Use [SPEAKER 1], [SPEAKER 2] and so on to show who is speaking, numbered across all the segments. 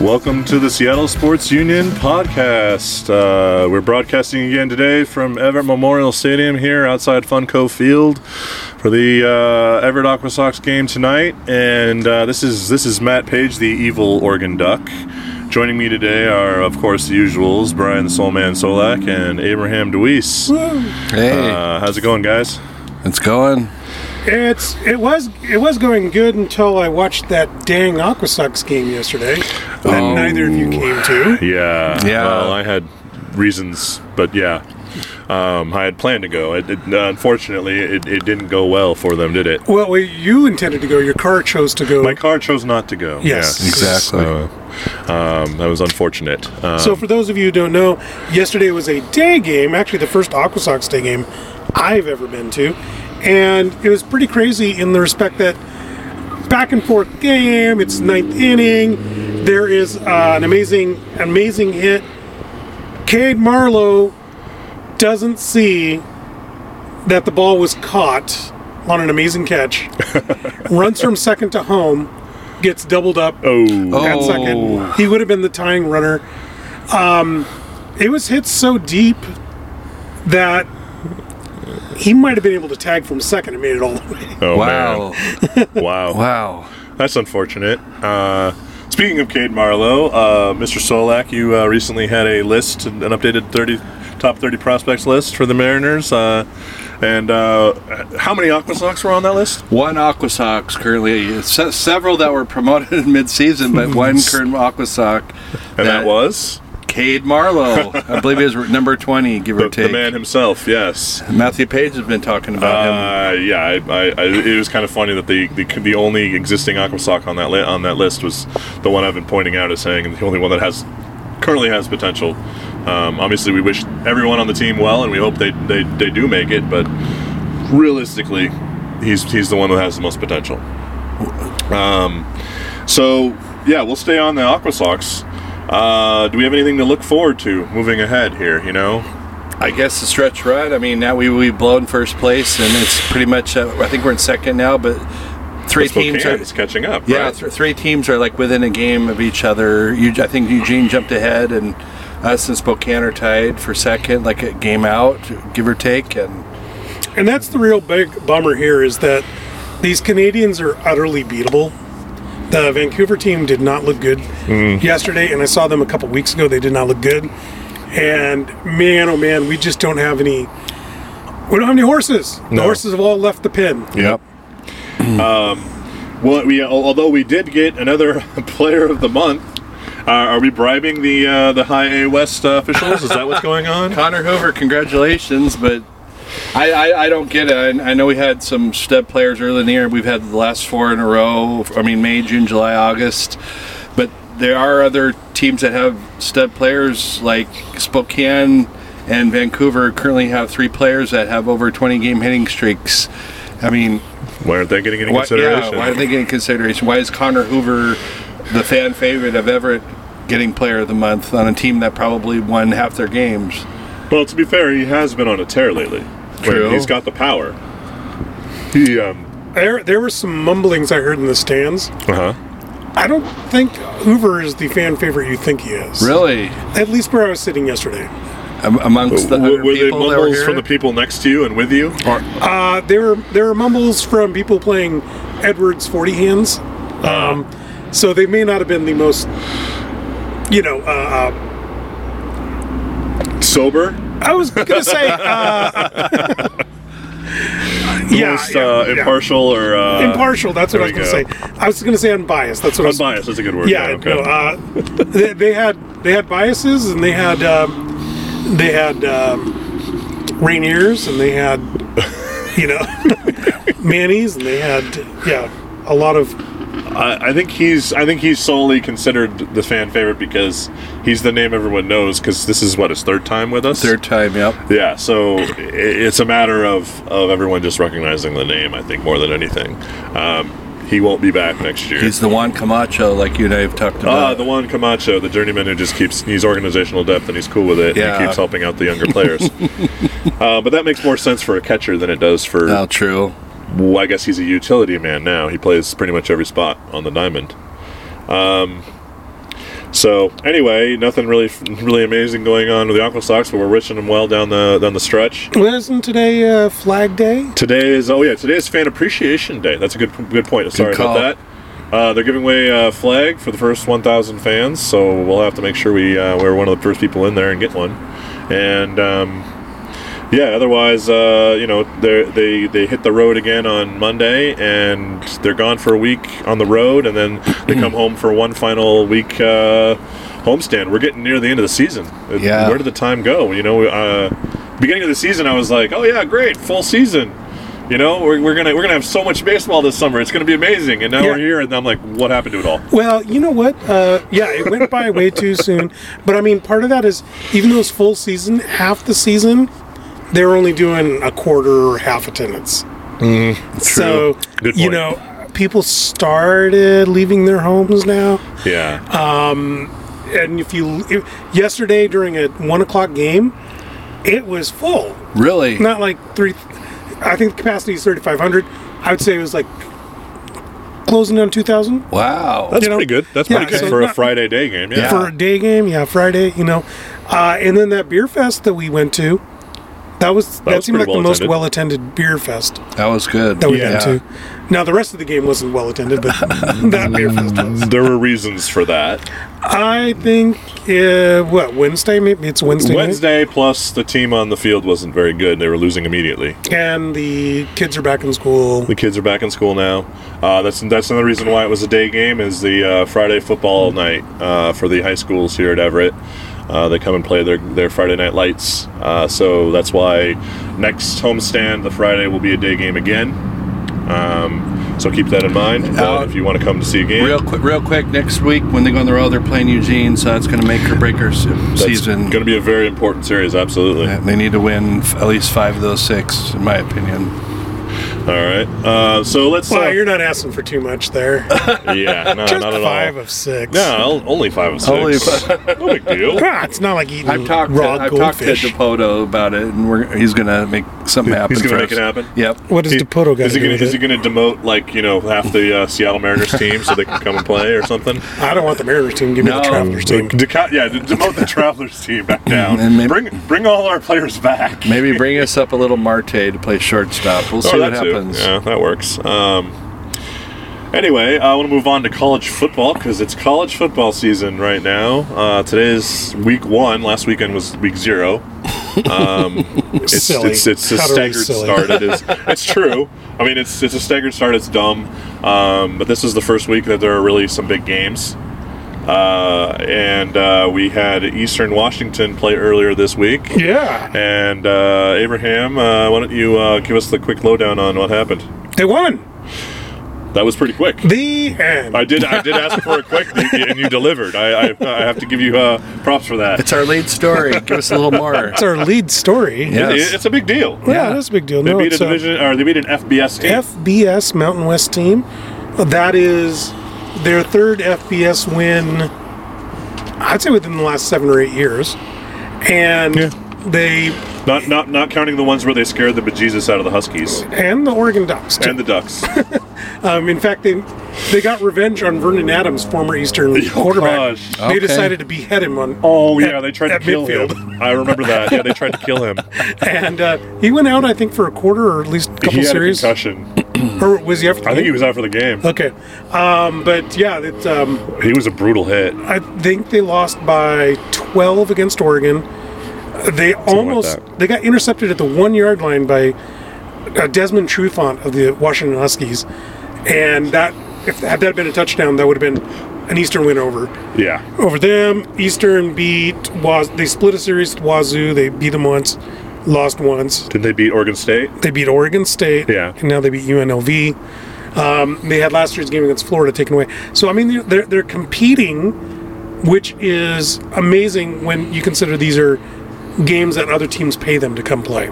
[SPEAKER 1] Welcome to the Seattle Sports Union podcast. Uh, we're broadcasting again today from Everett Memorial Stadium here outside Funko Field for the uh, Everett Aqua Sox game tonight. And uh, this is this is Matt Page, the evil Oregon Duck. Joining me today are, of course, the usuals: Brian the Soul Man Solak and Abraham Deweese.
[SPEAKER 2] Hey,
[SPEAKER 1] Uh, how's it going, guys?
[SPEAKER 2] it's going.
[SPEAKER 3] It's it was it was going good until I watched that dang Aquasucks game yesterday that
[SPEAKER 2] Oh.
[SPEAKER 3] neither of you came to.
[SPEAKER 1] Yeah.
[SPEAKER 2] Yeah.
[SPEAKER 1] Well, I had reasons, but yeah. Um, I had planned to go. It, it, unfortunately, it, it didn't go well for them, did it?
[SPEAKER 3] Well, we- you intended to go. Your car chose to go.
[SPEAKER 1] My car chose not to go.
[SPEAKER 3] Yes.
[SPEAKER 2] Exactly.
[SPEAKER 1] So, um, that was unfortunate. Uh,
[SPEAKER 3] so, for those of you who don't know, yesterday was a day game. Actually, the first Aquasucks day game I've ever been to, and it was pretty crazy in the respect that back and forth game. It's ninth inning. There is uh, an amazing amazing hit. Cade Marlowe doesn't see that the ball was caught on an amazing catch. runs from second to home, gets doubled up
[SPEAKER 1] oh,
[SPEAKER 3] at
[SPEAKER 2] Oh.
[SPEAKER 3] second. He would have been the tying runner. Um, it was hit so deep that he might have been able to tag from second and made it all the way.
[SPEAKER 1] oh,
[SPEAKER 2] Wow,
[SPEAKER 1] man. wow,
[SPEAKER 2] wow.
[SPEAKER 1] That's unfortunate. Uh, speaking of Cade Marlowe, uh, Mr. Solak, you uh, recently had a list, an updated thirty top thirty prospects list for the Mariners. Uh, and uh, how many Aquasox were on that list?
[SPEAKER 2] One Aquasox currently, se- several that were promoted in mid-season, but one current Aquasock.
[SPEAKER 1] And that, was
[SPEAKER 2] Cade Marlowe. I believe he was number twenty, give
[SPEAKER 1] the,
[SPEAKER 2] or take.
[SPEAKER 1] the man himself. Yes.
[SPEAKER 2] Matthew Page has been talking about him.
[SPEAKER 1] Uh, yeah, I, I, I, it was kind of funny that the the, the only existing Aquasock on that li- on that list was the one I've been pointing out as saying the only one that has currently has potential. Um, obviously, we wish everyone on the team well, and we hope they, they, they do make it. But realistically, he's he's the one that has the most potential. Um, so yeah, we'll stay on the Aquasox. Uh, do we have anything to look forward to moving ahead here? You know,
[SPEAKER 2] I guess the stretch run. I mean, now we we blown first place, and it's pretty much. Uh, I think we're in second now, but three
[SPEAKER 1] Spokane
[SPEAKER 2] teams are.
[SPEAKER 1] is catching up.
[SPEAKER 2] Yeah,
[SPEAKER 1] right?
[SPEAKER 2] th- three teams are like within a game of each other. Eug- I think Eugene jumped ahead, and us and Spokane are tied for second, like a game out, give or take. And
[SPEAKER 3] And that's the real big bummer here is that these Canadians are utterly beatable. The Vancouver team did not look good yesterday, and I saw them a couple weeks ago. They did not look good. And man, oh man, we just don't have any. We don't have any horses. The
[SPEAKER 1] No.
[SPEAKER 3] horses have all left the pen.
[SPEAKER 1] Yep. um, well, we although we did get another player of the month. Uh, are we bribing the uh, the high A West uh, officials? Is that what's going on?
[SPEAKER 2] Connor Hoover, congratulations, but I, I, I don't get it. I, I know we had some stud players early in the year. We've had the last four in a row. I mean, May, June, July, August. But there are other teams that have stud players like Spokane and Vancouver currently have three players that have over 20 game hitting streaks. I mean,
[SPEAKER 1] Why aren't they getting any
[SPEAKER 2] why, yeah,
[SPEAKER 1] consideration?
[SPEAKER 2] why are they getting consideration? Why is Connor Hoover the fan favorite of Everett getting player of the month on a team that probably won half their games?
[SPEAKER 1] well, to be fair, he has been on a tear lately. where
[SPEAKER 2] True.
[SPEAKER 1] He's got the power. He um.
[SPEAKER 3] There, there were some mumblings I heard in the stands.
[SPEAKER 1] Uh huh.
[SPEAKER 3] I don't think Hoover is the fan favorite you think he is.
[SPEAKER 2] Really?
[SPEAKER 3] At least where I was sitting yesterday.
[SPEAKER 2] Am- amongst the
[SPEAKER 1] Were,
[SPEAKER 2] other
[SPEAKER 1] were they
[SPEAKER 2] people that were
[SPEAKER 1] mumbles
[SPEAKER 2] here?
[SPEAKER 1] from the people next to you and with you?
[SPEAKER 3] Uh, there were there were mumbles from people playing Edwards forty hands, um, so they may not have been the most, you know. Uh,
[SPEAKER 1] Sober.
[SPEAKER 3] uh, I was gonna say, uh,
[SPEAKER 1] The
[SPEAKER 3] yeah,
[SPEAKER 1] most,
[SPEAKER 3] yeah,
[SPEAKER 1] uh,
[SPEAKER 3] yeah.
[SPEAKER 1] impartial or uh,
[SPEAKER 3] impartial. That's what I was
[SPEAKER 1] there
[SPEAKER 3] gonna
[SPEAKER 1] we
[SPEAKER 3] say. I was gonna say unbiased. That's what I was.
[SPEAKER 1] Unbiased is a good word.
[SPEAKER 3] Yeah, no. Uh, they, they had they had biases and they had um, they had um, Rainiers and they had you know Mannies and they had yeah a lot of
[SPEAKER 1] I, I think he's I think he's solely considered the fan favorite because he's the name everyone knows because this is what his third time with us.
[SPEAKER 2] third time? Yep.
[SPEAKER 1] Yeah, so i- it's a matter of of everyone just recognizing the name. I think more than anything, um, he won't be back next year.
[SPEAKER 2] He's the Juan Camacho, like you and I have talked about.
[SPEAKER 1] uh, the one Camacho, the journeyman who just keeps he's organizational depth and he's cool with it. and
[SPEAKER 2] Yeah.
[SPEAKER 1] he keeps helping out the younger players. uh, but that makes more sense for a catcher than it does for.
[SPEAKER 2] oh, true.
[SPEAKER 1] well, I guess he's a utility man now. He plays pretty much every spot on the diamond. Um, So anyway, nothing really really amazing going on with the Aqua Sox, but we're wishing them well down the down the stretch.
[SPEAKER 3] Well, isn't today uh, Flag Day?
[SPEAKER 1] Today is oh yeah, today is Fan Appreciation Day. That's a good good point. Sorry
[SPEAKER 2] call.
[SPEAKER 1] about that. Uh, they're giving away a flag for the first 1,000 fans, so we'll have to make sure we uh, we're one of the first people in there and get one. And um, yeah, otherwise, uh, you know, they they they hit the road again on Monday, and they're gone for a week on the road, and then they come home for one final week uh, homestand. We're getting near the end of the season.
[SPEAKER 2] Yeah.
[SPEAKER 1] where did the time go? You know, uh, beginning of the season, I was like, oh yeah, great, full season. You know, we're, we're gonna we're gonna have so much baseball this summer. It's gonna be amazing. And now
[SPEAKER 3] Yeah.
[SPEAKER 1] we're here, and I'm like, what happened to it all?
[SPEAKER 3] Well, you know what? Uh, yeah, it went by way too soon. But I mean, part of that is even though it's full season, half the season, they're only doing a quarter or half attendance. so,
[SPEAKER 1] Mm, Good
[SPEAKER 3] you
[SPEAKER 1] point.
[SPEAKER 3] know, people started leaving their homes now.
[SPEAKER 1] Yeah,
[SPEAKER 3] And if you, if, yesterday during a one o'clock game, it was full.
[SPEAKER 2] Really?
[SPEAKER 3] Not like three, I think the capacity is 3,500. I would say it was like closing on 2,000.
[SPEAKER 2] Wow.
[SPEAKER 1] that's
[SPEAKER 3] you know,
[SPEAKER 1] pretty good. That's
[SPEAKER 3] yeah,
[SPEAKER 1] pretty good
[SPEAKER 3] so
[SPEAKER 1] for a
[SPEAKER 3] not-
[SPEAKER 1] Friday day game. Yeah,
[SPEAKER 2] Yeah.
[SPEAKER 3] for a day game. Yeah, Friday. You know, uh, and then that beer fest that we went to, that was that,
[SPEAKER 1] was
[SPEAKER 3] seemed like
[SPEAKER 1] pretty
[SPEAKER 3] the
[SPEAKER 1] well
[SPEAKER 3] most
[SPEAKER 1] attended.
[SPEAKER 3] well attended beer fest
[SPEAKER 2] that was good.
[SPEAKER 3] that we've
[SPEAKER 1] Yeah.
[SPEAKER 3] been to. Now the rest of the game wasn't well attended, but that beer fest was.
[SPEAKER 1] there were reasons for that.
[SPEAKER 3] I think uh, what Wednesday? Maybe it's Wednesday. night?
[SPEAKER 1] Wednesday plus the team on the field wasn't very good. They were losing immediately.
[SPEAKER 3] and the kids are back in school.
[SPEAKER 1] The kids are back in school now. Uh, that's that's another reason why it was a day game is the uh, Friday football night uh, for the high schools here at Everett. Uh, they come and play their, their Friday night lights. Uh, so that's why next homestand, the Friday, will be a day game again. Um, so keep that in mind uh, if you want to come to see a game.
[SPEAKER 2] Real quick, real quick. Next week, when they go on the road, they're playing Eugene, so that's going to make or break our se-
[SPEAKER 1] That's
[SPEAKER 2] season.
[SPEAKER 1] going to be a very important series, absolutely.
[SPEAKER 2] And they need to win f- at least five of those six, in my opinion.
[SPEAKER 1] All right. Uh, so let's.
[SPEAKER 3] Wow,
[SPEAKER 1] uh,
[SPEAKER 3] you're not asking for too much there.
[SPEAKER 1] yeah, no,
[SPEAKER 3] Just
[SPEAKER 1] not at
[SPEAKER 3] five
[SPEAKER 1] all.
[SPEAKER 3] of six.
[SPEAKER 1] No, only five of six.
[SPEAKER 2] Only
[SPEAKER 1] no big deal.
[SPEAKER 3] Ah, it's not like eating
[SPEAKER 1] Mm.
[SPEAKER 2] I've talked. To,
[SPEAKER 3] raw
[SPEAKER 2] I've talked to
[SPEAKER 3] goldfish.
[SPEAKER 2] Depoto about it, and we're, he's going to make something happen.
[SPEAKER 1] He's gonna
[SPEAKER 2] for
[SPEAKER 1] make
[SPEAKER 2] us.
[SPEAKER 1] it happen?
[SPEAKER 2] Yep.
[SPEAKER 3] what does
[SPEAKER 1] He-
[SPEAKER 3] Depoto got
[SPEAKER 1] is
[SPEAKER 3] to
[SPEAKER 1] he
[SPEAKER 3] do
[SPEAKER 1] gonna
[SPEAKER 3] with
[SPEAKER 1] is he
[SPEAKER 3] it?
[SPEAKER 1] gonna demote like you know half the uh, Seattle Mariners team so they can come and play or something?
[SPEAKER 3] I don't want the Mariners team. Give me
[SPEAKER 2] No.
[SPEAKER 3] the Travelers team.
[SPEAKER 1] Deco- yeah, de- demote the Travelers team back down.
[SPEAKER 2] And maybe-
[SPEAKER 1] bring bring all our players back.
[SPEAKER 2] Maybe bring us up a little Marte to play shortstop. We'll see
[SPEAKER 1] Or
[SPEAKER 2] what
[SPEAKER 1] Oh, that too.
[SPEAKER 2] happens.
[SPEAKER 1] Yeah, that works. Um, anyway, uh, I want to move on to college football because it's college football season right now. Uh, today's week one. Last weekend was week zero. Um, it's,
[SPEAKER 3] Silly.
[SPEAKER 1] it's it's a
[SPEAKER 3] Totally
[SPEAKER 1] staggered
[SPEAKER 3] silly.
[SPEAKER 1] start. It is. It's true. I mean, it's it's a staggered start. It's dumb. Um, but this is the first week that there are really some big games. Uh, and uh, we had Eastern Washington play earlier this week.
[SPEAKER 3] Yeah.
[SPEAKER 1] And uh, Abraham, uh, why don't you uh, give us the quick lowdown on what happened?
[SPEAKER 3] They won.
[SPEAKER 1] That was pretty quick.
[SPEAKER 3] The end.
[SPEAKER 1] I did. I did ask for a quick, and you delivered. I, I, I have to give you uh, props for that.
[SPEAKER 2] It's our lead story. Give us a little more.
[SPEAKER 3] That's our lead story.
[SPEAKER 2] Yeah.
[SPEAKER 1] It-
[SPEAKER 2] Yes.
[SPEAKER 1] it's a big deal.
[SPEAKER 3] Yeah, that's a big deal.
[SPEAKER 1] They
[SPEAKER 3] no,
[SPEAKER 1] beat a
[SPEAKER 3] it's a
[SPEAKER 1] division, or they beat an FBS team.
[SPEAKER 3] FBS Mountain West team. That is their third FBS win, I'd say within the last seven or eight years. And they,
[SPEAKER 1] not not not counting the ones where they scared the bejesus out of the Huskies
[SPEAKER 3] and the Oregon Ducks. Too.
[SPEAKER 1] and the Ducks.
[SPEAKER 3] um, in fact, they they got revenge on Vernon Adams, former Eastern quarterback.
[SPEAKER 1] Oh, gosh.
[SPEAKER 3] They
[SPEAKER 2] Okay.
[SPEAKER 3] decided to behead him on.
[SPEAKER 1] Oh
[SPEAKER 3] at-
[SPEAKER 1] yeah, they tried to
[SPEAKER 3] at
[SPEAKER 1] kill
[SPEAKER 3] midfield.
[SPEAKER 1] him. I remember that. Yeah, they tried to kill him.
[SPEAKER 3] and uh, he went out, I think, for a quarter or at least a
[SPEAKER 1] He
[SPEAKER 3] couple
[SPEAKER 1] had
[SPEAKER 3] series.
[SPEAKER 1] a concussion.
[SPEAKER 3] Or was he after?
[SPEAKER 1] I think he was out for the game.
[SPEAKER 3] Okay, um, but yeah, it, um,
[SPEAKER 1] He was a brutal hit.
[SPEAKER 3] I think they lost by 12 against Oregon. They almost
[SPEAKER 1] that.
[SPEAKER 3] they got intercepted at the one yard line by uh, Desmond Trufant of the Washington Huskies, and that if had that been a touchdown, that would have been an Eastern win over
[SPEAKER 1] Yeah.
[SPEAKER 3] over them. Eastern beat was they split a series with Wazoo. They beat them once, lost once.
[SPEAKER 1] Did they beat Oregon State?
[SPEAKER 3] They beat Oregon State.
[SPEAKER 1] Yeah.
[SPEAKER 3] And now they beat UNLV. Um, they had last year's game against Florida taken away. So, I mean, they're- they're, they're competing, which is amazing when you consider these are games that other teams pay them to come play.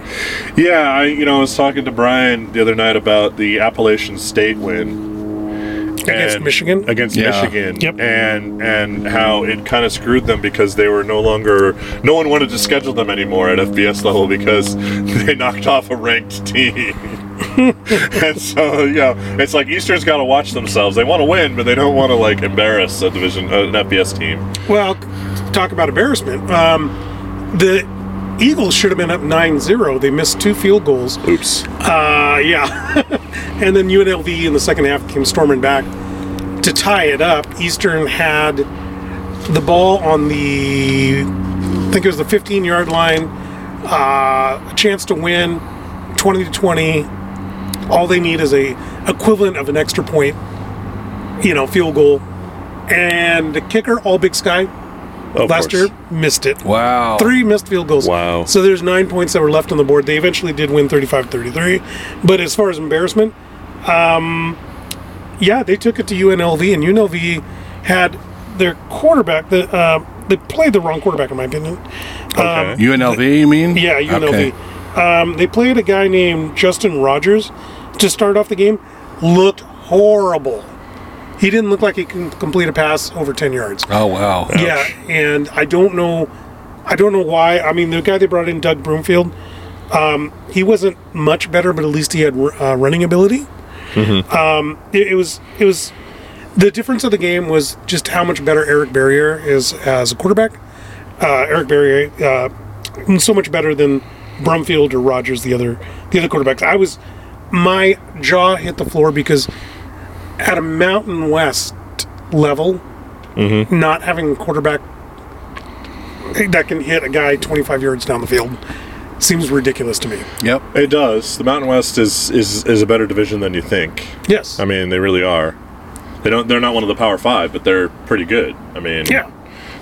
[SPEAKER 1] Yeah, I you know I was talking to Brian the other night about the Appalachian State win
[SPEAKER 3] Against Michigan?
[SPEAKER 1] Against
[SPEAKER 2] Yeah.
[SPEAKER 1] Michigan,
[SPEAKER 3] Yep.
[SPEAKER 1] and and how it kind of screwed them because they were no longer no one wanted to schedule them anymore at FBS level because they knocked off a ranked team. and so you know, it's like Eastern's got to watch themselves. They want to win, but they don't want to like embarrass a division, uh, an FBS team.
[SPEAKER 3] Well, talk about embarrassment. Um, the Eagles should have been up 9-0. They missed two field goals.
[SPEAKER 1] Oops.
[SPEAKER 3] Uh, yeah. and then UNLV in the second half came storming back to tie it up. Eastern had the ball on the, I think it was the 15 yard line, uh, a chance to win 20 to 20. All they need is a equivalent of an extra point, you know, field goal. And the kicker, all big sky,
[SPEAKER 1] Of
[SPEAKER 3] last
[SPEAKER 1] course.
[SPEAKER 3] year, missed it
[SPEAKER 2] Wow.
[SPEAKER 3] three missed field goals.
[SPEAKER 1] Wow.
[SPEAKER 3] So there's nine points that were left on the board. They eventually did win 35 33. But as far as embarrassment, um, yeah, they took it to UNLV, and UNLV had their quarterback, the, uh, they played the wrong quarterback, in my opinion. um,
[SPEAKER 1] Okay.
[SPEAKER 2] UNLV, you mean?
[SPEAKER 3] Yeah, UNLV.
[SPEAKER 2] Okay.
[SPEAKER 3] Um, they played a guy named Justin Rogers to start off the game. Looked horrible. He didn't look like he can complete a pass over 10 yards.
[SPEAKER 2] Oh wow.
[SPEAKER 3] Yeah, and I don't know, I don't know why. I mean, the guy they brought in, Doug Broomfield, um, he wasn't much better, but at least he had uh, running ability. Um, it, it was it was the difference of the game was just how much better Eric Barrier is as a quarterback. Uh, Eric Barrier uh, so much better than Brumfield or Rogers, the other the other quarterbacks. I was my jaw hit the floor because at a Mountain West level, not having a quarterback that can hit a guy 25 yards down the field seems ridiculous to me.
[SPEAKER 2] Yep.
[SPEAKER 1] It does. The Mountain West is, is is a better division than you think.
[SPEAKER 3] Yes.
[SPEAKER 1] I mean, they really are. They don't. They're not one of the Power Five, but they're pretty good. I mean,
[SPEAKER 3] yeah.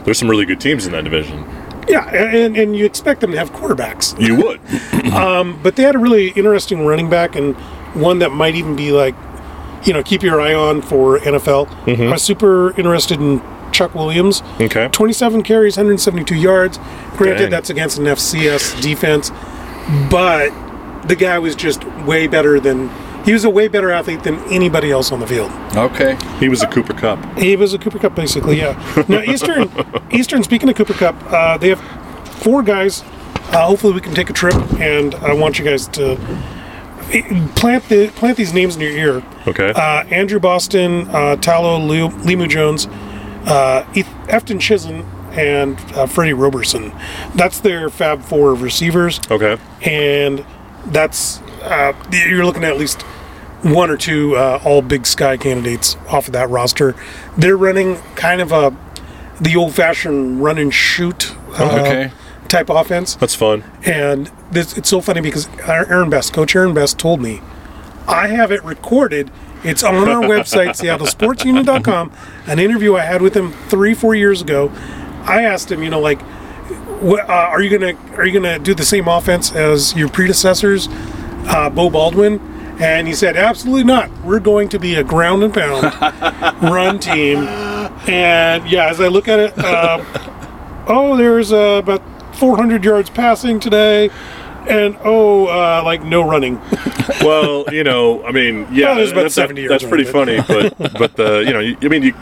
[SPEAKER 1] There's some really good teams in that division.
[SPEAKER 3] Yeah, and, and you expect them to have quarterbacks. Um,
[SPEAKER 1] You would.
[SPEAKER 3] But they had a really interesting running back and one that might even be like, you know, keep your eye on for NFL. I was super interested in Chuck Williams.
[SPEAKER 1] Okay.
[SPEAKER 3] 27 carries, 172 yards. Granted,
[SPEAKER 1] Dang.
[SPEAKER 3] that's against an FCS defense, but the guy was just way better than. He was a way better athlete than anybody else on the field.
[SPEAKER 2] Okay.
[SPEAKER 1] He was a Cooper Cup.
[SPEAKER 3] He was a Cooper Cup, basically. Yeah. Now Eastern, Eastern. Speaking of Cooper Cup, uh, they have four guys. Uh, hopefully, we can take a trip, and I want you guys to eh, plant the plant these names in your ear.
[SPEAKER 1] Okay.
[SPEAKER 3] Uh, Andrew Boston, uh, Talo Lu- Limu Jones, uh, Eth- Efton Chisholm, and uh, Freddie Roberson. That's their Fab Four of receivers
[SPEAKER 1] okay.
[SPEAKER 3] and that's uh, you're looking at at least one or two uh, all Big Sky candidates off of that roster. They're running kind of a the old-fashioned run and shoot uh,
[SPEAKER 2] Okay.
[SPEAKER 3] type offense,
[SPEAKER 1] That's fun.
[SPEAKER 3] and this, it's so funny because Aaron Best, Coach Aaron Best, told me I have it recorded. It's on our website, SeattleSportsUnion.com. An interview I had with him three, four years ago. I asked him, you know, like, what, uh, are you gonna are you gonna do the same offense as your predecessors, uh, Bo Baldwin? And he said, absolutely not. We're going to be a ground and pound run team. And yeah, as I look at it, uh, oh, there's uh, about 400 yards passing today, and oh, uh, like no running.
[SPEAKER 1] Well, you know, I mean, yeah,
[SPEAKER 3] Well, there's about
[SPEAKER 1] that's,
[SPEAKER 3] 70 years
[SPEAKER 1] that's pretty
[SPEAKER 3] on
[SPEAKER 1] funny, but but the you know, you, I mean, you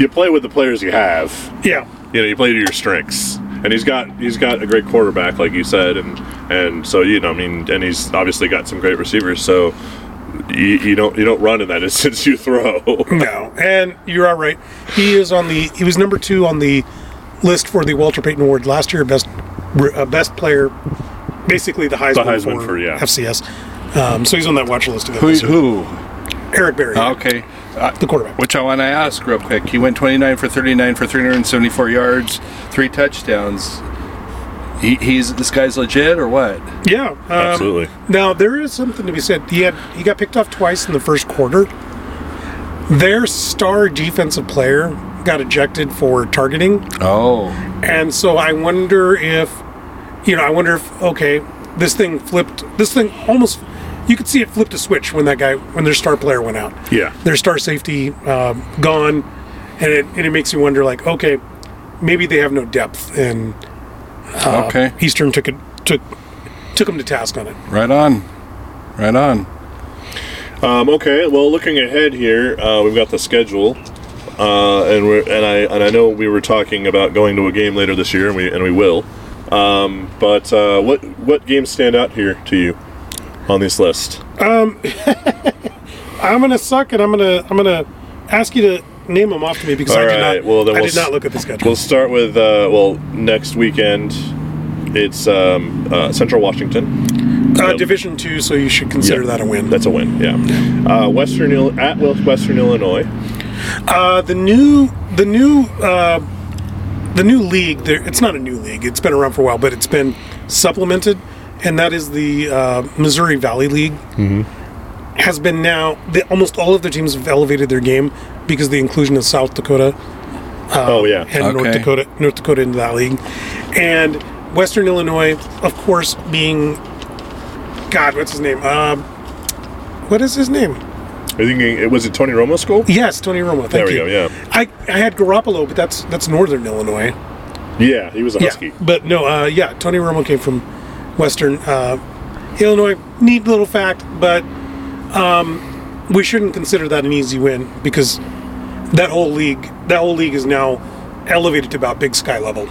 [SPEAKER 1] you play with the players you have.
[SPEAKER 3] yeah.
[SPEAKER 1] you know you play to your strengths and he's got he's got a great quarterback like you said and and so you know i mean and he's obviously got some great receivers so you, you don't you don't run in that instance you throw
[SPEAKER 3] No, and you're all right. He is on the. He was number two on the list for the Walter Payton Award last year, best uh, best player, basically the Heisman,
[SPEAKER 1] Heisman for, yeah.
[SPEAKER 3] FCS. Um, so he's on that watch list again.
[SPEAKER 2] Who?
[SPEAKER 3] this year.
[SPEAKER 2] Who?
[SPEAKER 3] Eric Berry,
[SPEAKER 2] Okay. Uh,
[SPEAKER 3] the quarterback.
[SPEAKER 2] which I want to ask real quick. He went 29 for 39 for 374 yards, three touchdowns. He, he's this guy's legit or what?
[SPEAKER 3] Yeah, um,
[SPEAKER 1] Absolutely.
[SPEAKER 3] Now there is something to be said. He had he got picked off twice in the first quarter. Their star defensive player got ejected for targeting.
[SPEAKER 1] Uh,
[SPEAKER 2] Oh,
[SPEAKER 3] And so I wonder if, you know, I wonder if okay, this thing flipped. This thing almost, you could see it flipped a switch when that guy, when their star player went out.
[SPEAKER 1] yeah
[SPEAKER 3] Their star safety um, gone, and it and it makes you wonder like, okay, maybe they have no depth, and
[SPEAKER 2] okay,
[SPEAKER 3] Eastern took it took took them to task on it.
[SPEAKER 2] right on, right on.
[SPEAKER 1] um, okay well looking ahead here uh, we've got the schedule uh, and we're and i and i know we were talking about going to a game later this year and we and we will um, but uh, what what games stand out here to you on this list
[SPEAKER 3] I'm gonna suck, and I'm gonna I'm gonna ask you to name them off to me because I
[SPEAKER 1] All
[SPEAKER 3] did
[SPEAKER 1] right,
[SPEAKER 3] not.
[SPEAKER 1] well, then
[SPEAKER 3] I
[SPEAKER 1] we'll
[SPEAKER 3] did not
[SPEAKER 1] s-
[SPEAKER 3] look at the schedule.
[SPEAKER 1] We'll start with uh, well next weekend. It's um, uh, Central Washington.
[SPEAKER 3] uh, Division two, so you should consider
[SPEAKER 1] um, Yeah.
[SPEAKER 3] that a win.
[SPEAKER 1] That's a win. Yeah. Uh, Western Il- at Western Illinois.
[SPEAKER 3] Uh, the new the new uh, the new league. There, it's not a new league. It's been around for a while, but it's been supplemented, and that is the uh, Missouri Valley League.
[SPEAKER 1] Mm-hmm.
[SPEAKER 3] Has been now the, almost all of the teams have elevated their game because of the inclusion of South Dakota
[SPEAKER 1] oh yeah.
[SPEAKER 3] and North
[SPEAKER 2] Okay.
[SPEAKER 3] Dakota North Dakota into that league, and Western Illinois, of course, being God, what's his name? Uh, what is his name?
[SPEAKER 1] Are you thinking it was it Tony Romo school?
[SPEAKER 3] Yes, Tony Romo. Thank
[SPEAKER 1] There we
[SPEAKER 3] you.
[SPEAKER 1] go, yeah.
[SPEAKER 3] I, I had Garoppolo, but that's that's Northern Illinois.
[SPEAKER 1] Yeah, he was a Husky.
[SPEAKER 3] Yeah, but no, uh, yeah, Tony Romo came from Western uh, Illinois. Neat little fact, but um, we shouldn't consider that an easy win because that whole league, that whole league is now elevated to about Big Sky level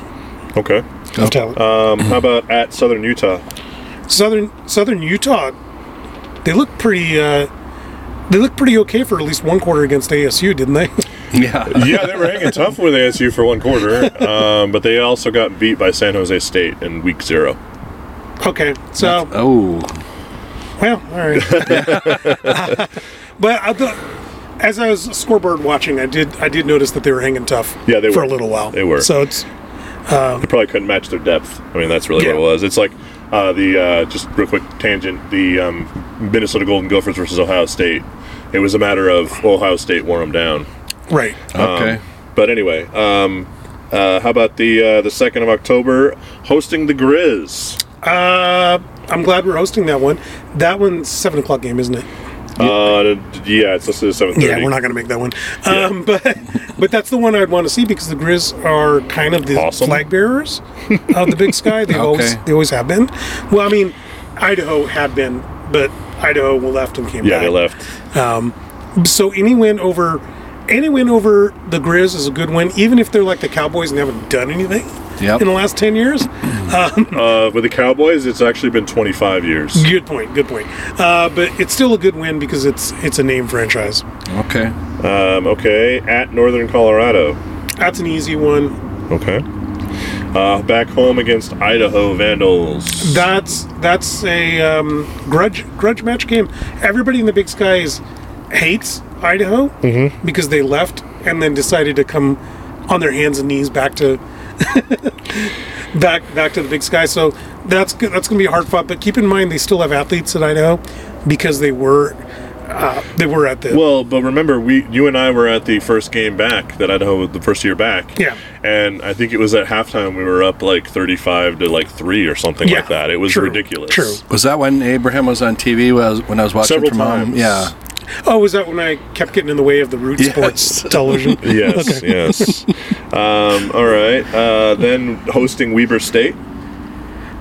[SPEAKER 1] Okay.
[SPEAKER 3] of talent.
[SPEAKER 1] Um, how about at Southern Utah?
[SPEAKER 3] Southern Southern Utah, they look pretty. Uh, they look pretty okay for at least one quarter against ASU, didn't they?
[SPEAKER 2] Yeah.
[SPEAKER 1] yeah, they were hanging tough with ASU for one quarter, um, but they also got beat by San Jose State in week zero.
[SPEAKER 3] okay, so
[SPEAKER 1] uh,
[SPEAKER 2] Oh.
[SPEAKER 3] Well, all right. but I thought, as I was scoreboard watching, I did I did notice that they were hanging tough.
[SPEAKER 1] Yeah, they
[SPEAKER 3] for
[SPEAKER 1] were.
[SPEAKER 3] a little while.
[SPEAKER 1] They were.
[SPEAKER 3] So it's
[SPEAKER 1] They probably couldn't match their depth. I mean, that's really
[SPEAKER 3] Yeah.
[SPEAKER 1] what it was. It's like uh, the uh, just real quick tangent: the um, Minnesota Golden Gophers versus Ohio State. It was a matter of Ohio State wore them down.
[SPEAKER 3] right.
[SPEAKER 2] Okay.
[SPEAKER 1] But anyway, um, uh, how about the uh, the second of October hosting the Grizz?
[SPEAKER 3] Uh, I'm glad we're hosting that one. That one's seven o'clock game, isn't it?
[SPEAKER 1] Uh, yeah, it's listed at seven thirty.
[SPEAKER 3] Yeah, we're not going to make that one. Um, but but that's the one I'd want to see because the Grizz are kind of the
[SPEAKER 1] Awesome.
[SPEAKER 3] flag bearers of the Big Sky. They always
[SPEAKER 2] Okay.
[SPEAKER 3] they always have been. Well, I mean, Idaho had been, but Idaho left and came
[SPEAKER 1] Yeah,
[SPEAKER 3] back.
[SPEAKER 1] they left.
[SPEAKER 3] So any win over any win over the Grizz is a good win, even if they're like the Cowboys and they haven't done anything
[SPEAKER 2] Yep.
[SPEAKER 3] in the last ten years.
[SPEAKER 1] Uh, with the Cowboys, it's actually been twenty five years.
[SPEAKER 3] Good point, good point. Uh, but it's still a good win because it's it's a name franchise.
[SPEAKER 2] Okay.
[SPEAKER 1] Um, okay, at Northern Colorado.
[SPEAKER 3] That's an easy one.
[SPEAKER 1] Okay. Uh, back home against Idaho Vandals.
[SPEAKER 3] That's that's a um, grudge grudge match game. Everybody in the Big Sky is, hates Idaho
[SPEAKER 1] Mm-hmm.
[SPEAKER 3] because they left and then decided to come on their hands and knees back to back back to the Big Sky. So that's go- that's going to be a hard fought. But keep in mind they still have athletes at Idaho because they were uh, they were at the
[SPEAKER 1] well, but remember, we you and I were at the first game back that Idaho was the first year back.
[SPEAKER 3] Yeah.
[SPEAKER 1] And I think it was at halftime we were up like thirty five to like three or something
[SPEAKER 3] Yeah,
[SPEAKER 1] like that. It was
[SPEAKER 3] true,
[SPEAKER 1] ridiculous.
[SPEAKER 3] true.
[SPEAKER 2] Was that when Abraham was on TV when I was, when I was watching
[SPEAKER 1] Several
[SPEAKER 2] from home?
[SPEAKER 1] times.
[SPEAKER 2] Yeah.
[SPEAKER 3] oh was that when I kept getting in the way of the root
[SPEAKER 2] Yes.
[SPEAKER 3] sports television?
[SPEAKER 1] Yes. Yes. um, all right. Uh, then hosting Weber State,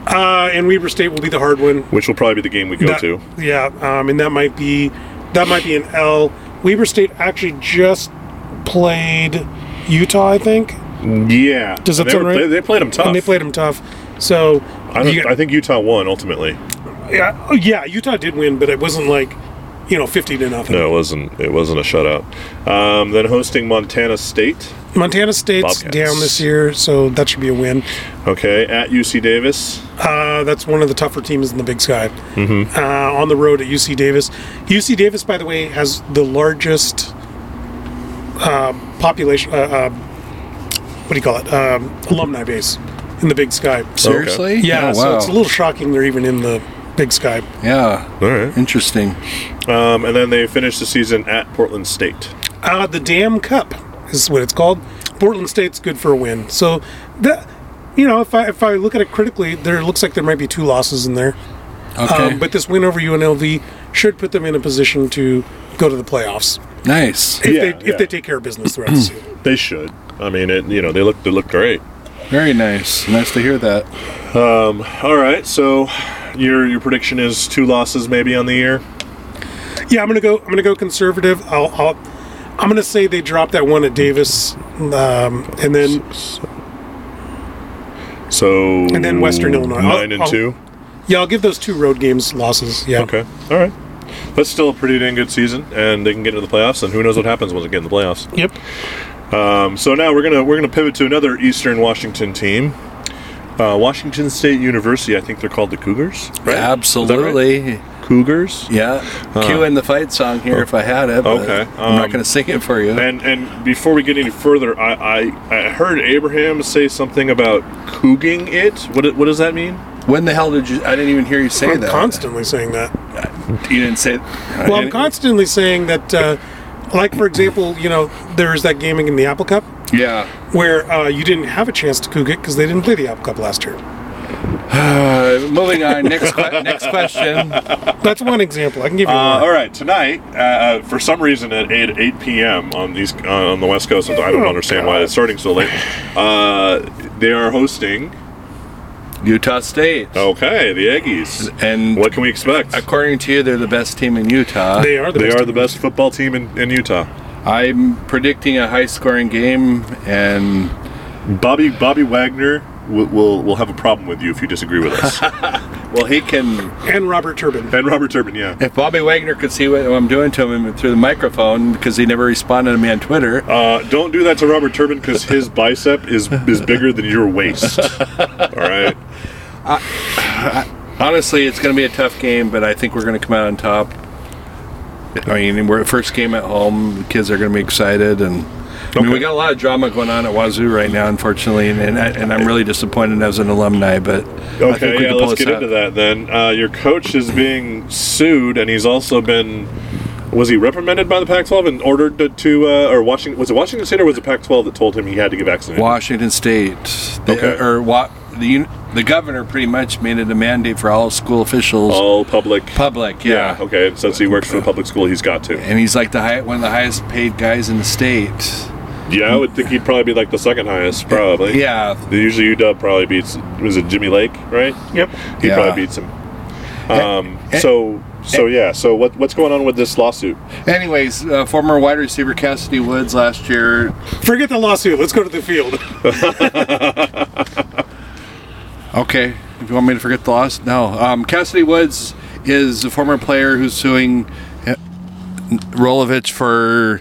[SPEAKER 3] Uh, and Weber State will be the hard one.
[SPEAKER 1] which will probably be the game we go
[SPEAKER 3] That-
[SPEAKER 1] to.
[SPEAKER 3] Yeah, um, and that might be that might be an L. Weber State actually just played Utah, I think,
[SPEAKER 1] Yeah.
[SPEAKER 3] Does that
[SPEAKER 1] they
[SPEAKER 3] sound
[SPEAKER 1] were-
[SPEAKER 3] right?
[SPEAKER 1] They, they played them tough.
[SPEAKER 3] and they played them tough. So
[SPEAKER 1] I, don't,
[SPEAKER 3] you got-
[SPEAKER 1] I think Utah won ultimately.
[SPEAKER 3] yeah, oh, yeah, Utah did win, but it wasn't like you know fifty to nothing.
[SPEAKER 1] No, it wasn't. It wasn't a shutout. Um, then hosting Montana State.
[SPEAKER 3] Montana State's
[SPEAKER 1] Bobcats.
[SPEAKER 3] down this year, so that should be a win.
[SPEAKER 1] Okay, at UC Davis.
[SPEAKER 3] Uh, that's one of the tougher teams in the Big Sky.
[SPEAKER 2] Mm-hmm.
[SPEAKER 3] Uh, on the road at UC Davis. UC Davis, by the way, has the largest uh, population. Uh, uh, what do you call it? Um, alumni base in the Big Sky.
[SPEAKER 2] Seriously?
[SPEAKER 3] yeah,
[SPEAKER 2] Oh,
[SPEAKER 3] so
[SPEAKER 2] wow.
[SPEAKER 3] it's a little shocking they're even in the Big Sky.
[SPEAKER 2] yeah.
[SPEAKER 1] All right.
[SPEAKER 2] Interesting.
[SPEAKER 1] Um, and then they finished the season at Portland State.
[SPEAKER 3] Uh, the Dam Cup is what it's called. Portland State's good for a win. So that you know, if I if I look at it critically, there looks like there might be two losses in there.
[SPEAKER 2] Okay.
[SPEAKER 3] Um, but this win over UNLV should put them in a position to go to the playoffs
[SPEAKER 2] nice.
[SPEAKER 3] if,
[SPEAKER 1] Yeah,
[SPEAKER 3] they,
[SPEAKER 1] yeah. Mm.
[SPEAKER 3] if they take care of business the rest of the season.
[SPEAKER 1] They should. I mean, it. You know, they looked. They looked great.
[SPEAKER 2] Very nice. Nice to hear that.
[SPEAKER 1] All right. So, your your prediction is two losses maybe on the year.
[SPEAKER 3] Yeah, I'm gonna go. I'm gonna go conservative. I'll. I'll I'm gonna say they dropped that one at Davis, um, and then
[SPEAKER 1] So
[SPEAKER 3] And then Western Illinois.
[SPEAKER 1] 9
[SPEAKER 3] I'll-
[SPEAKER 1] and
[SPEAKER 3] I'll-
[SPEAKER 1] two.
[SPEAKER 3] yeah, I'll give those two road games losses. Yeah,
[SPEAKER 1] Okay. All right. that's still a pretty dang good season, and they can get into the playoffs. And who knows what happens once they get in the playoffs.
[SPEAKER 3] Yep.
[SPEAKER 1] Um, so now we're gonna we're gonna pivot to another Eastern Washington team, uh, Washington State University. I think they're called the Cougars. right?
[SPEAKER 2] Absolutely.
[SPEAKER 1] Cougars.
[SPEAKER 2] Yeah. Cue in the fight song here
[SPEAKER 3] Oh,
[SPEAKER 2] if I had it. but
[SPEAKER 1] Okay,
[SPEAKER 2] I'm not
[SPEAKER 1] um,
[SPEAKER 2] going to sing it for you.
[SPEAKER 1] And and before we get any further, I, I, I heard Abraham say something about cooging it. What do- what does that mean?
[SPEAKER 2] when the hell did you? I didn't even hear you say
[SPEAKER 3] I'm
[SPEAKER 2] that.
[SPEAKER 3] constantly saying that.
[SPEAKER 1] Uh,
[SPEAKER 2] you didn't say.
[SPEAKER 3] Well, I'm constantly saying that, uh, like, for example, you know, there's that gaming in the Apple Cup
[SPEAKER 2] Yeah.
[SPEAKER 3] where uh, you didn't have a chance to cook it because they didn't play the Apple Cup last year.
[SPEAKER 2] Uh, moving on. Next que- next question.
[SPEAKER 3] That's one example. I can give you
[SPEAKER 1] Uh,
[SPEAKER 3] more.
[SPEAKER 1] all right, tonight, uh, uh, for some reason at 8, 8 p.m. on these uh, on the West Coast, I don't understand why it's starting so late. Uh, they are hosting.
[SPEAKER 2] Utah State.
[SPEAKER 3] Oh,
[SPEAKER 1] Okay, the Aggies.
[SPEAKER 2] And
[SPEAKER 1] What can we expect?
[SPEAKER 2] according to you, they're the best team in Utah.
[SPEAKER 3] They are the
[SPEAKER 1] They
[SPEAKER 3] best.
[SPEAKER 1] are the best football team in, in Utah.
[SPEAKER 2] I'm predicting a high scoring game, and
[SPEAKER 1] Bobby Bobby Wagner will will, will have a problem with you if you disagree with us.
[SPEAKER 2] well, he can.
[SPEAKER 3] and Robert Turbin.
[SPEAKER 1] and Robert Turbin, yeah.
[SPEAKER 2] If Bobby Wagner could see what I'm doing to him through the microphone because he never responded to me on Twitter,
[SPEAKER 1] Uh, don't do that to Robert Turbin because his bicep is is bigger than your waist. All right.
[SPEAKER 2] honestly, it's going to be a tough game, but I think we're going to come out on top. I mean, we're first game at home. The kids are going to be excited, and I mean, we
[SPEAKER 1] Okay.
[SPEAKER 2] got a lot of drama going on at Wazoo right now, unfortunately, and and, I, and I'm really disappointed as an alumni. But I think
[SPEAKER 1] Okay,
[SPEAKER 2] we
[SPEAKER 1] yeah,
[SPEAKER 2] can pull
[SPEAKER 1] let's
[SPEAKER 2] this
[SPEAKER 1] get
[SPEAKER 2] out.
[SPEAKER 1] into that then. Uh, your coach is being sued, and he's also been was he reprimanded by the Pac-12 and ordered to, to uh, or Washington was it Washington State or was it Pac-12 that told him he had to get vaccinated?
[SPEAKER 2] Washington State. The,
[SPEAKER 1] Okay.
[SPEAKER 2] Or wa- the un- the governor pretty much made it a mandate for all school officials,
[SPEAKER 1] All public.
[SPEAKER 2] public. Yeah.
[SPEAKER 1] Oh. yeah. Okay. Since he works for the public school, he's got to.
[SPEAKER 2] And he's like the high, one of the highest paid guys in the state.
[SPEAKER 1] Yeah, I would think he'd probably be like the second highest, probably.
[SPEAKER 2] Yeah.
[SPEAKER 1] Usually UW probably beats was it Jimmy Lake, right?
[SPEAKER 3] Yep.
[SPEAKER 1] He
[SPEAKER 2] Yeah.
[SPEAKER 1] probably beats him. Um, so so yeah. So what what's going on with this lawsuit?
[SPEAKER 2] Anyways, uh, former wide receiver Cassidy Woods last year.
[SPEAKER 3] Forget the lawsuit. Let's go to the field.
[SPEAKER 2] Okay, if you want me to forget the loss, no. Um, Cassidy Woods is a former player who's suing uh, Rolovich for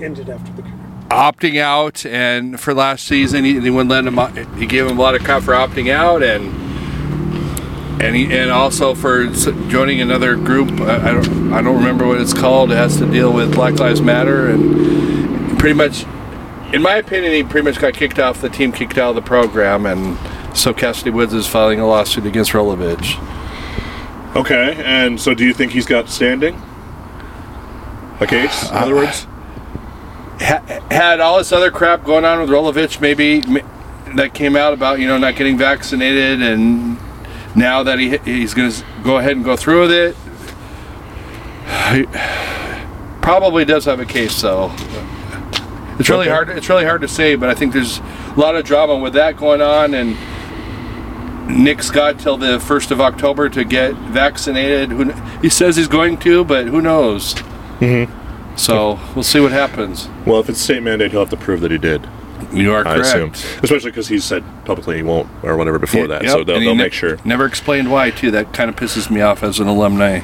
[SPEAKER 3] Ended after the coup.
[SPEAKER 2] opting out, and for last season, he, he wouldn't let him. op- He gave him a lot of crap for opting out, and and he, and also for s- joining another group. I, I don't I don't remember what it's called. It has to deal with Black Lives Matter, and pretty much, in my opinion, he pretty much got kicked off the team, kicked out of the program, and so Cassidy Woods is filing a lawsuit against Rolovich.
[SPEAKER 1] Okay, and so do you think he's got standing? A case, in
[SPEAKER 2] Uh,
[SPEAKER 1] other words.
[SPEAKER 2] ha- had all this other crap going on with Rolovich, maybe m- that came out about you know not getting vaccinated, and now that he he's going to go ahead and go through with it, he probably does have a case though. It's really
[SPEAKER 1] Okay.
[SPEAKER 2] hard. It's really hard to say, but I think there's a lot of drama with that going on, and Nick's got till the first of October to get vaccinated. Who kn- he says he's going to, but who knows? Mm-hmm. So we'll see what happens.
[SPEAKER 1] Well, if it's state mandate, he'll have to prove that he did.
[SPEAKER 2] You are
[SPEAKER 1] I
[SPEAKER 2] correct.
[SPEAKER 1] assume, especially because he said publicly he won't or whatever before that.
[SPEAKER 2] Yep,
[SPEAKER 1] So they'll,
[SPEAKER 2] and he
[SPEAKER 1] they'll
[SPEAKER 2] ne-
[SPEAKER 1] make sure.
[SPEAKER 2] Never explained why too. That kind of pisses me off as an alumni.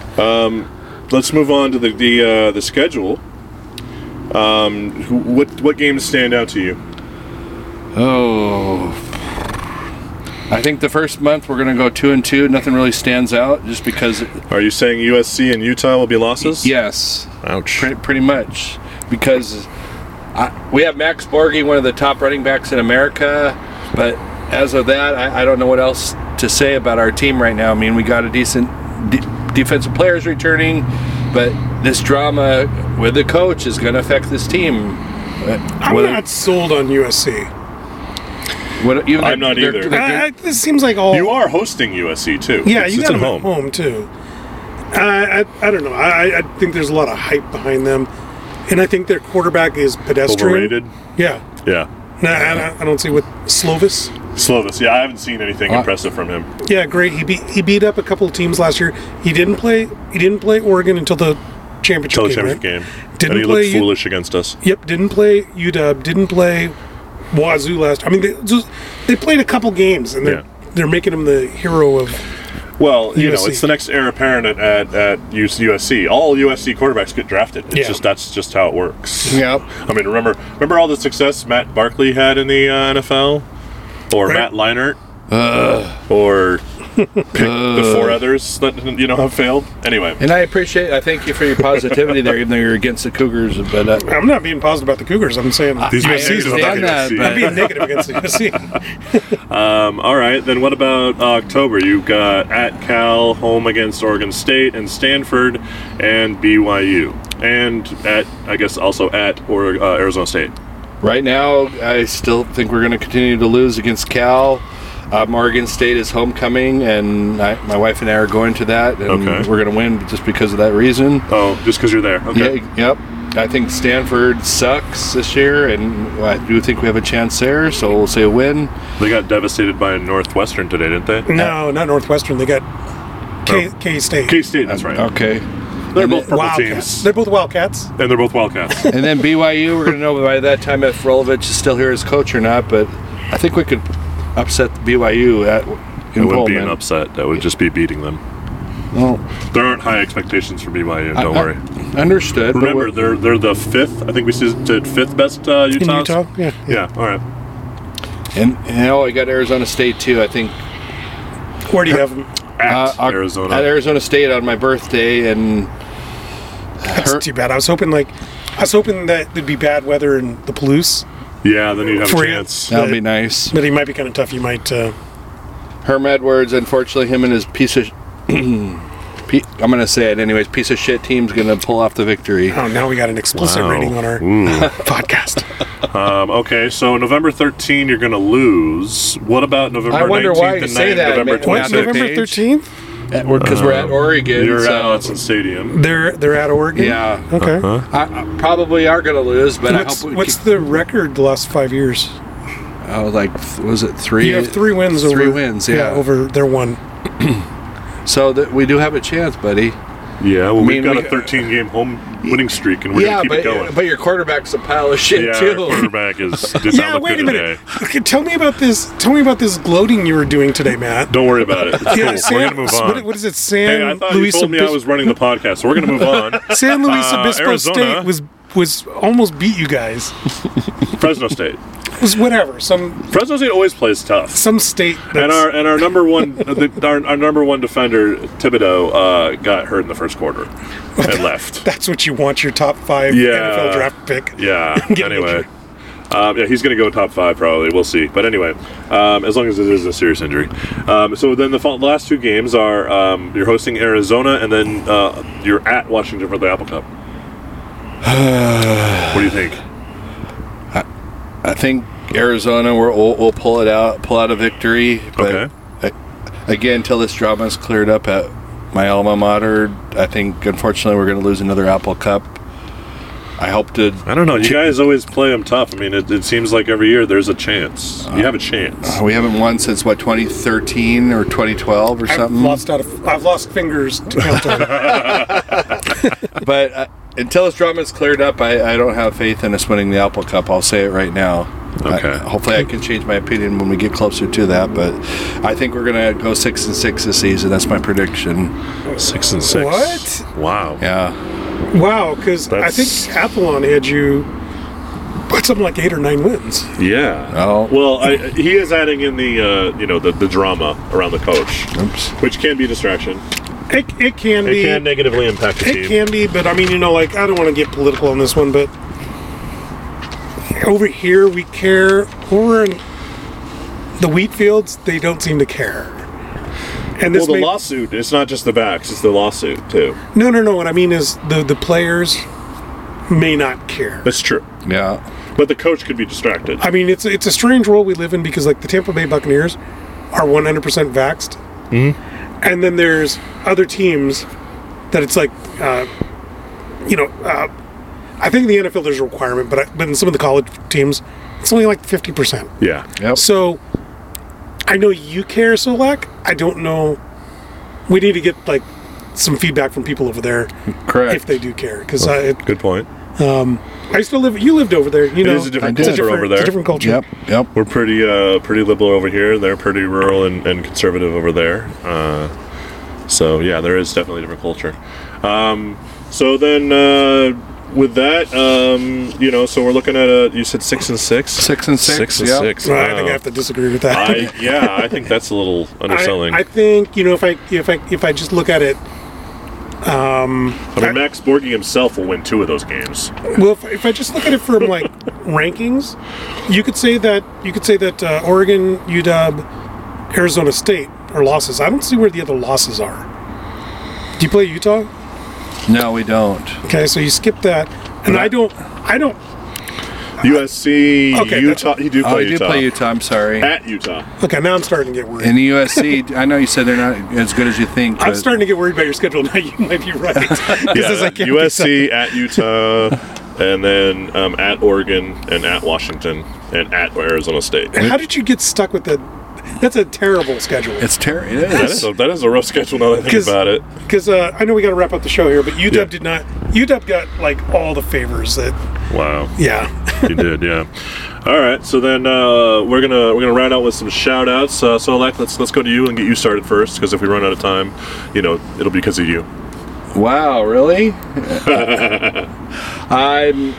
[SPEAKER 1] Let's move on to the the, uh, the schedule. Um, who, what what games stand out to you?
[SPEAKER 2] Oh, I think the first month we're gonna go two and two. Nothing really stands out, just because.
[SPEAKER 1] Are you saying USC and Utah will be losses?
[SPEAKER 2] Yes,
[SPEAKER 1] Ouch.
[SPEAKER 2] pretty, pretty much because I, we have Max Borgi, one of the top running backs in America. But as of that, I, I don't know what else to say about our team right now. I mean, we got a decent de- defensive players returning, but this drama with the coach is going to affect this team. Uh,
[SPEAKER 3] I'm
[SPEAKER 2] whether-
[SPEAKER 3] not sold on USC.
[SPEAKER 2] what- even
[SPEAKER 1] I'm
[SPEAKER 2] their-
[SPEAKER 1] not
[SPEAKER 2] their-
[SPEAKER 1] either.
[SPEAKER 2] their-
[SPEAKER 3] I, I, this seems like all.
[SPEAKER 1] You are hosting USC too.
[SPEAKER 3] Yeah,
[SPEAKER 1] It's-
[SPEAKER 3] you Oh.
[SPEAKER 1] it's
[SPEAKER 3] got
[SPEAKER 1] at
[SPEAKER 3] them at home too. I, I, I don't know. I, I- I think there's a lot of hype behind them, and I think their quarterback is pedestrian.
[SPEAKER 1] Overrated.
[SPEAKER 3] Yeah.
[SPEAKER 1] Yeah.
[SPEAKER 3] No, I, I- I don't see what Slovis.
[SPEAKER 1] Slovis. Yeah, I haven't seen anything
[SPEAKER 2] Uh,
[SPEAKER 1] impressive from him.
[SPEAKER 3] Yeah, great. He beat he beat up a couple of teams last year. He didn't play. He didn't play Oregon until the championship
[SPEAKER 1] Till the
[SPEAKER 3] game.
[SPEAKER 1] championship
[SPEAKER 3] right?
[SPEAKER 1] game.
[SPEAKER 3] Didn't
[SPEAKER 1] and he
[SPEAKER 3] play
[SPEAKER 1] looked
[SPEAKER 3] U-
[SPEAKER 1] foolish against us.
[SPEAKER 3] Yep, didn't play UW. Didn't play Wazoo last. I mean, they just they played a couple games, and they're
[SPEAKER 1] Yeah.
[SPEAKER 3] they're making him the hero of
[SPEAKER 1] Well, you know,
[SPEAKER 3] USC.
[SPEAKER 1] it's the next heir apparent at, at, at US- USC. All USC quarterbacks get drafted. It's
[SPEAKER 3] Yeah.
[SPEAKER 1] just that's just how it works.
[SPEAKER 2] Yep.
[SPEAKER 1] I mean, remember remember all the success Matt Barkley had in the uh, NFL, or
[SPEAKER 3] Right.
[SPEAKER 1] Matt Leinart, or pick the four others that you know have failed. Anyway,
[SPEAKER 2] And I appreciate. I thank you for your positivity there, even though you're against the Cougars. But uh,
[SPEAKER 3] I'm not being positive about the Cougars. I'm saying
[SPEAKER 1] these
[SPEAKER 2] I
[SPEAKER 1] are seasons
[SPEAKER 2] understand
[SPEAKER 1] about
[SPEAKER 2] that,
[SPEAKER 1] USC.
[SPEAKER 2] but-
[SPEAKER 3] I'm being negative against the USC.
[SPEAKER 1] Um, all right, then what about October? You've got at Cal, home against Oregon State and Stanford, and BYU, and at I guess also at or uh, Arizona State.
[SPEAKER 2] right now, I still think we're going to continue to lose against Cal. Um, Oregon State is homecoming, and I, my wife and I are going to that, and
[SPEAKER 1] Okay.
[SPEAKER 2] we're going to win just because of that reason.
[SPEAKER 1] Oh, just because you're there. Okay.
[SPEAKER 2] Yeah, yep. I think Stanford sucks this year, and I do think we have a chance there. So we'll say a win.
[SPEAKER 1] They got devastated by Northwestern today, didn't they?
[SPEAKER 3] No, not Northwestern. They got K, K State.
[SPEAKER 1] K State. That's right.
[SPEAKER 2] Okay.
[SPEAKER 1] They're
[SPEAKER 2] um,
[SPEAKER 1] both purple
[SPEAKER 3] Wildcats.
[SPEAKER 1] teams,
[SPEAKER 3] They're both Wildcats.
[SPEAKER 1] and they're both Wildcats.
[SPEAKER 2] And then BYU, we're going to know by that time if Rolovich is still here as coach or not. But I think we could upset BYU at
[SPEAKER 1] It
[SPEAKER 2] in
[SPEAKER 1] wouldn't be an
[SPEAKER 2] Pullman.
[SPEAKER 1] upset. That would just be beating them.
[SPEAKER 2] Oh,
[SPEAKER 1] There aren't high expectations for BYU. Don't worry.
[SPEAKER 2] understood. but
[SPEAKER 1] Remember,
[SPEAKER 2] we're-
[SPEAKER 1] they're they're the fifth. I think we said did fifth best uh,
[SPEAKER 3] In
[SPEAKER 1] Utah.
[SPEAKER 3] Utah. Yeah.
[SPEAKER 1] Yeah. All right.
[SPEAKER 2] and, and oh, I got Arizona State too. I think
[SPEAKER 3] Where do you have them?
[SPEAKER 1] At
[SPEAKER 2] uh,
[SPEAKER 1] Arizona.
[SPEAKER 2] at Arizona State on my birthday, and
[SPEAKER 3] That's too bad. I was hoping like I was hoping that there'd be bad weather in the Palouse,
[SPEAKER 1] Yeah, then you'd have
[SPEAKER 3] For
[SPEAKER 1] a
[SPEAKER 3] you.
[SPEAKER 1] chance.
[SPEAKER 2] that'll be nice.
[SPEAKER 3] but it might be kind of tough. You might. Uh,
[SPEAKER 2] Herm Edwards, unfortunately, him and his piece of. pe- I'm gonna say it anyways. Piece of shit team's gonna pull off the victory.
[SPEAKER 3] oh, now we got an explicit
[SPEAKER 1] Wow.
[SPEAKER 3] rating on our
[SPEAKER 1] Ooh.
[SPEAKER 3] podcast.
[SPEAKER 1] um, okay, so November 13, you're going to lose. What about November
[SPEAKER 2] I wonder
[SPEAKER 1] 19th
[SPEAKER 2] why you
[SPEAKER 1] and
[SPEAKER 2] say
[SPEAKER 1] 9th,
[SPEAKER 2] that,
[SPEAKER 1] November
[SPEAKER 2] man. Why
[SPEAKER 3] What's
[SPEAKER 1] 26th?
[SPEAKER 2] November
[SPEAKER 3] November
[SPEAKER 2] page?
[SPEAKER 3] thirteenth?
[SPEAKER 2] Because we're at Oregon.
[SPEAKER 1] You're
[SPEAKER 2] so-
[SPEAKER 1] at Allison Stadium.
[SPEAKER 3] They're they're at Oregon.
[SPEAKER 2] Yeah.
[SPEAKER 3] Okay.
[SPEAKER 2] I, I probably are gonna lose, but I
[SPEAKER 3] What's,
[SPEAKER 2] hope. We
[SPEAKER 3] what's
[SPEAKER 2] keep-
[SPEAKER 3] the record the last five years?
[SPEAKER 2] Oh, like th- was it three?
[SPEAKER 3] You have three wins over
[SPEAKER 2] Three wins, yeah.
[SPEAKER 3] over their one.
[SPEAKER 2] So that we do have a chance, buddy.
[SPEAKER 1] Yeah, well,
[SPEAKER 2] mean,
[SPEAKER 1] we've got
[SPEAKER 2] we-
[SPEAKER 1] a 13 game home winning streak, and we're going
[SPEAKER 2] yeah,
[SPEAKER 1] to
[SPEAKER 2] but uh,
[SPEAKER 1] keep it going.
[SPEAKER 2] but your quarterback's a pile of shit
[SPEAKER 1] yeah, our
[SPEAKER 2] too.
[SPEAKER 1] quarterback is does
[SPEAKER 3] Yeah,
[SPEAKER 1] not look
[SPEAKER 3] wait a
[SPEAKER 1] good
[SPEAKER 3] minute.
[SPEAKER 1] today.
[SPEAKER 3] Okay, tell me about this. Tell me about this gloating you were doing today, Matt.
[SPEAKER 1] Don't worry about it. It's
[SPEAKER 3] Yeah,
[SPEAKER 1] cool.
[SPEAKER 3] Sam-
[SPEAKER 1] we're going to move on.
[SPEAKER 3] What, what is it, San
[SPEAKER 1] hey, I thought
[SPEAKER 3] Luis
[SPEAKER 1] you told me I
[SPEAKER 3] Obispo?
[SPEAKER 1] was running the podcast, so we're going to move on.
[SPEAKER 3] San Luis
[SPEAKER 1] Uh,
[SPEAKER 3] Obispo
[SPEAKER 1] Arizona.
[SPEAKER 3] State was was almost beat you guys.
[SPEAKER 1] Fresno State.
[SPEAKER 3] It was whatever some
[SPEAKER 1] Fresno State always plays tough.
[SPEAKER 3] some state.
[SPEAKER 1] And
[SPEAKER 3] that's-
[SPEAKER 1] our and our number one uh, the, our, our number one defender Thibodeau uh, got hurt in the first quarter and left.
[SPEAKER 3] that's what you want your top five
[SPEAKER 1] Yeah.
[SPEAKER 3] NFL draft pick.
[SPEAKER 1] Yeah.
[SPEAKER 3] Getting
[SPEAKER 1] anyway,
[SPEAKER 3] injured.
[SPEAKER 1] um, yeah, he's going to go top five probably. We'll see. But anyway, um, as long as it is a serious injury. Um, so then the fa- the last two games are um, you're hosting Arizona and then uh, you're at Washington for the Apple Cup. what do you think?
[SPEAKER 2] I think Arizona will will will pull it out, pull out a victory. But
[SPEAKER 1] Okay.
[SPEAKER 2] a- again, until this drama is cleared up at my alma mater, I think unfortunately we're going to lose another Apple Cup. I hope to.
[SPEAKER 1] I don't know. You guys always play them tough. I mean, it, it seems like every year there's a chance. You have a chance.
[SPEAKER 2] We haven't won since what 2013 or 2012 or
[SPEAKER 3] I've
[SPEAKER 2] something.
[SPEAKER 3] lost out of I've lost fingers to count on.
[SPEAKER 2] But uh, until this drama is cleared up, I, I don't have faith in us winning the Apple Cup. I'll say it right now.
[SPEAKER 1] Okay.
[SPEAKER 2] I- hopefully, I can change my opinion when we get closer to that. But I think we're gonna go six and six this season. That's my prediction.
[SPEAKER 1] Six and six.
[SPEAKER 3] What?
[SPEAKER 1] Wow.
[SPEAKER 2] Yeah.
[SPEAKER 3] wow, because I think
[SPEAKER 1] That's-
[SPEAKER 3] Athlon had you what something like eight or nine wins.
[SPEAKER 1] Yeah.
[SPEAKER 2] Oh.
[SPEAKER 1] Well, I, he is adding in the uh, you know the, the drama around the coach,
[SPEAKER 2] Oops.
[SPEAKER 1] which can be a distraction.
[SPEAKER 3] It, it can
[SPEAKER 1] It
[SPEAKER 3] be
[SPEAKER 1] can negatively impact the
[SPEAKER 3] It
[SPEAKER 1] team.
[SPEAKER 3] can be, but I mean, you know, like I don't want to get political on this one, but over here we care. Over in the wheat fields, they don't seem to care.
[SPEAKER 1] well,
[SPEAKER 3] And this
[SPEAKER 1] the
[SPEAKER 3] may-
[SPEAKER 1] lawsuit. It's not just the backs; it's the lawsuit too.
[SPEAKER 3] no, no, no. What I mean is the the players may not care.
[SPEAKER 1] That's true.
[SPEAKER 2] Yeah.
[SPEAKER 1] But the coach could be distracted.
[SPEAKER 3] I mean, it's it's a strange world we live in because like the Tampa Bay Buccaneers are 100% vaxxed,
[SPEAKER 1] Mm-hmm.
[SPEAKER 3] and then there's other teams that it's like, uh, you know, uh, I think in the NFL there's a requirement, but I, but in some of the college teams, it's only like 50%.
[SPEAKER 1] yeah.
[SPEAKER 2] Yep.
[SPEAKER 3] So I know you care, Solak. I don't know. We need to get like some feedback from people over there
[SPEAKER 2] Correct.
[SPEAKER 3] if they do care because I
[SPEAKER 1] Good point.
[SPEAKER 3] I used to live. You lived over there, you know.
[SPEAKER 1] is a different
[SPEAKER 2] I did.
[SPEAKER 3] it's
[SPEAKER 1] culture over
[SPEAKER 3] it's a
[SPEAKER 1] there.
[SPEAKER 3] different culture.
[SPEAKER 2] Yep. Yep.
[SPEAKER 1] We're pretty uh, pretty liberal over here. They're pretty rural and, and conservative over there. Uh, So yeah, there is definitely a different culture. Um, so then uh, with that, um, you know, so we're looking at a you said six and six,
[SPEAKER 2] Six and six,
[SPEAKER 1] six and
[SPEAKER 2] yeah.
[SPEAKER 1] six.
[SPEAKER 3] Well, I think I
[SPEAKER 1] wow.
[SPEAKER 3] have to disagree with that.
[SPEAKER 1] I yeah, I think that's a little underselling.
[SPEAKER 3] I, I think you know if I if I if I just look at it,
[SPEAKER 1] I mean, Max Borgi himself will win two of those games.
[SPEAKER 3] well, if, if I just look at it from like rankings, you could say that you could say that uh, Oregon, UW, Arizona State are losses. I don't see where the other losses are. Do you play Utah?
[SPEAKER 2] No, we don't.
[SPEAKER 3] Okay, so you skip that, and I don't. I don't.
[SPEAKER 1] USC,
[SPEAKER 3] Okay, that's-
[SPEAKER 1] Utah. You do play
[SPEAKER 2] Oh, I do
[SPEAKER 1] Utah.
[SPEAKER 2] play Utah. I'm sorry.
[SPEAKER 1] at Utah.
[SPEAKER 3] Okay, now I'm starting to get worried.
[SPEAKER 2] In the USC, I know you said they're not as good as you think.
[SPEAKER 3] I'm
[SPEAKER 2] but-
[SPEAKER 3] starting to get worried about your schedule. Now you might be right. 'Cause this, I can't be
[SPEAKER 1] USC at Utah, and then um, at Oregon, and at Washington, and at Arizona State.
[SPEAKER 3] How did you get stuck with that? That's a terrible schedule.
[SPEAKER 2] It's terrible.
[SPEAKER 1] That is, a, that is a rough schedule now that I think
[SPEAKER 3] 'Cause-
[SPEAKER 1] about it.
[SPEAKER 3] Because uh, I know we got to wrap up the show here, but UW
[SPEAKER 1] Yeah.
[SPEAKER 3] did not. UW got like all the favors that.
[SPEAKER 1] Wow.
[SPEAKER 3] Yeah.
[SPEAKER 1] you did, yeah. All right, so then uh, we're gonna we're gonna round out with some shout outs. Uh, so, Alec, let's let's go to you and get you started first, because if we run out of time, you know it'll be because of you.
[SPEAKER 2] Wow, really? I'm.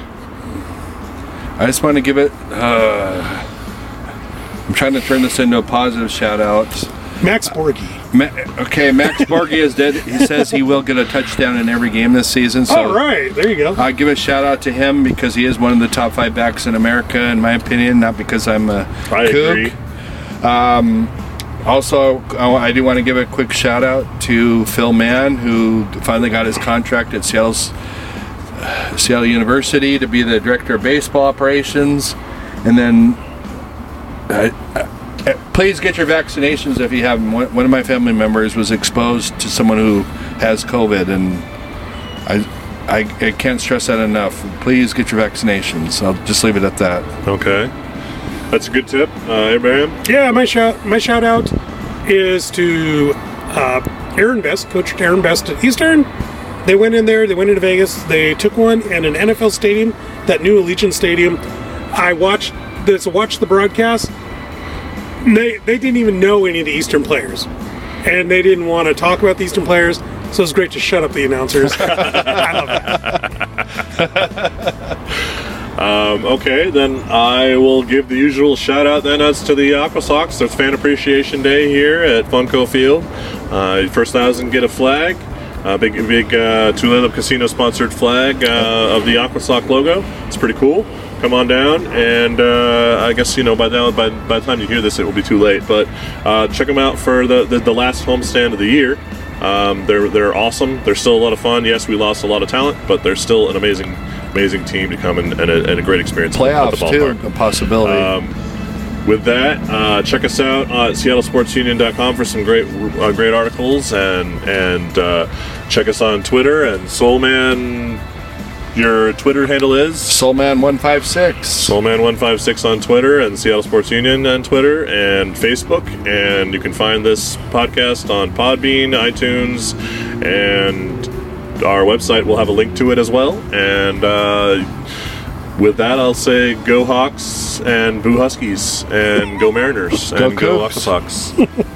[SPEAKER 2] I just want to give it. Uh, I'm trying to turn this into a positive shout out.
[SPEAKER 3] Max Borgi.
[SPEAKER 2] Ma- okay, Max Borgi is dead. He says he will get a touchdown in every game this season. So
[SPEAKER 3] all right, there you go.
[SPEAKER 2] I give a shout out to him because he is one of the top five backs in America, in my opinion. Not because I'm a
[SPEAKER 1] I
[SPEAKER 2] kook.
[SPEAKER 1] agree.
[SPEAKER 2] Also, I I do want to give a quick shout out to Phil Mann, who finally got his contract at Seattle's, uh, Seattle University to be the director of baseball operations. And then, uh, uh, please get your vaccinations if you haven't. One one of my family members was exposed to someone who has COVID, and I. I, I can't stress that enough. Please get your vaccinations. I'll just leave it at that.
[SPEAKER 1] Okay, that's a good tip, uh, Abraham.
[SPEAKER 3] Yeah, my shout my shout out is to uh, Aaron Best, Coach Aaron Best at Eastern. They went in there. They went into Vegas. They took one and an NFL stadium, that new Allegiant Stadium. I watched this. Watched the broadcast. They they didn't even know any of the Eastern players, and they didn't want to talk about the Eastern players. So it's great to shut up the announcers. I love that.
[SPEAKER 1] Um, okay, then I will give the usual shout out then as to the Aqua Sox. It's Fan Appreciation Day here at Funko Field. Uh, first thousand get a flag, a big big uh, Tulalip Casino sponsored flag uh, of the Aqua Sox logo. It's pretty cool. Come on down, and uh, I guess you know by now by, by the time you hear this, it will be too late. But uh, check them out for the the, the last homestand of the year. Um, they're they're awesome. They're still a lot of fun. Yes, we lost a lot of talent, but they're still an amazing amazing team to come and, and, a, and a great experience at the
[SPEAKER 2] Playoffs,
[SPEAKER 1] ballpark.
[SPEAKER 2] too, a possibility.
[SPEAKER 1] With that, uh, check us out at seattlesportsunion.com for some great uh, great articles and and uh, check us on Twitter and Soulman. Your Twitter handle is
[SPEAKER 2] Soulman156.
[SPEAKER 1] Soulman156 on Twitter and Seattle Sports Union on Twitter and Facebook. And you can find this podcast on Podbean, iTunes, and our website will have a link to it as well. And uh, with that, I'll say go Hawks and boo Huskies and go Mariners
[SPEAKER 2] Go
[SPEAKER 1] and go
[SPEAKER 2] Cougs.
[SPEAKER 1] Aqua Sox.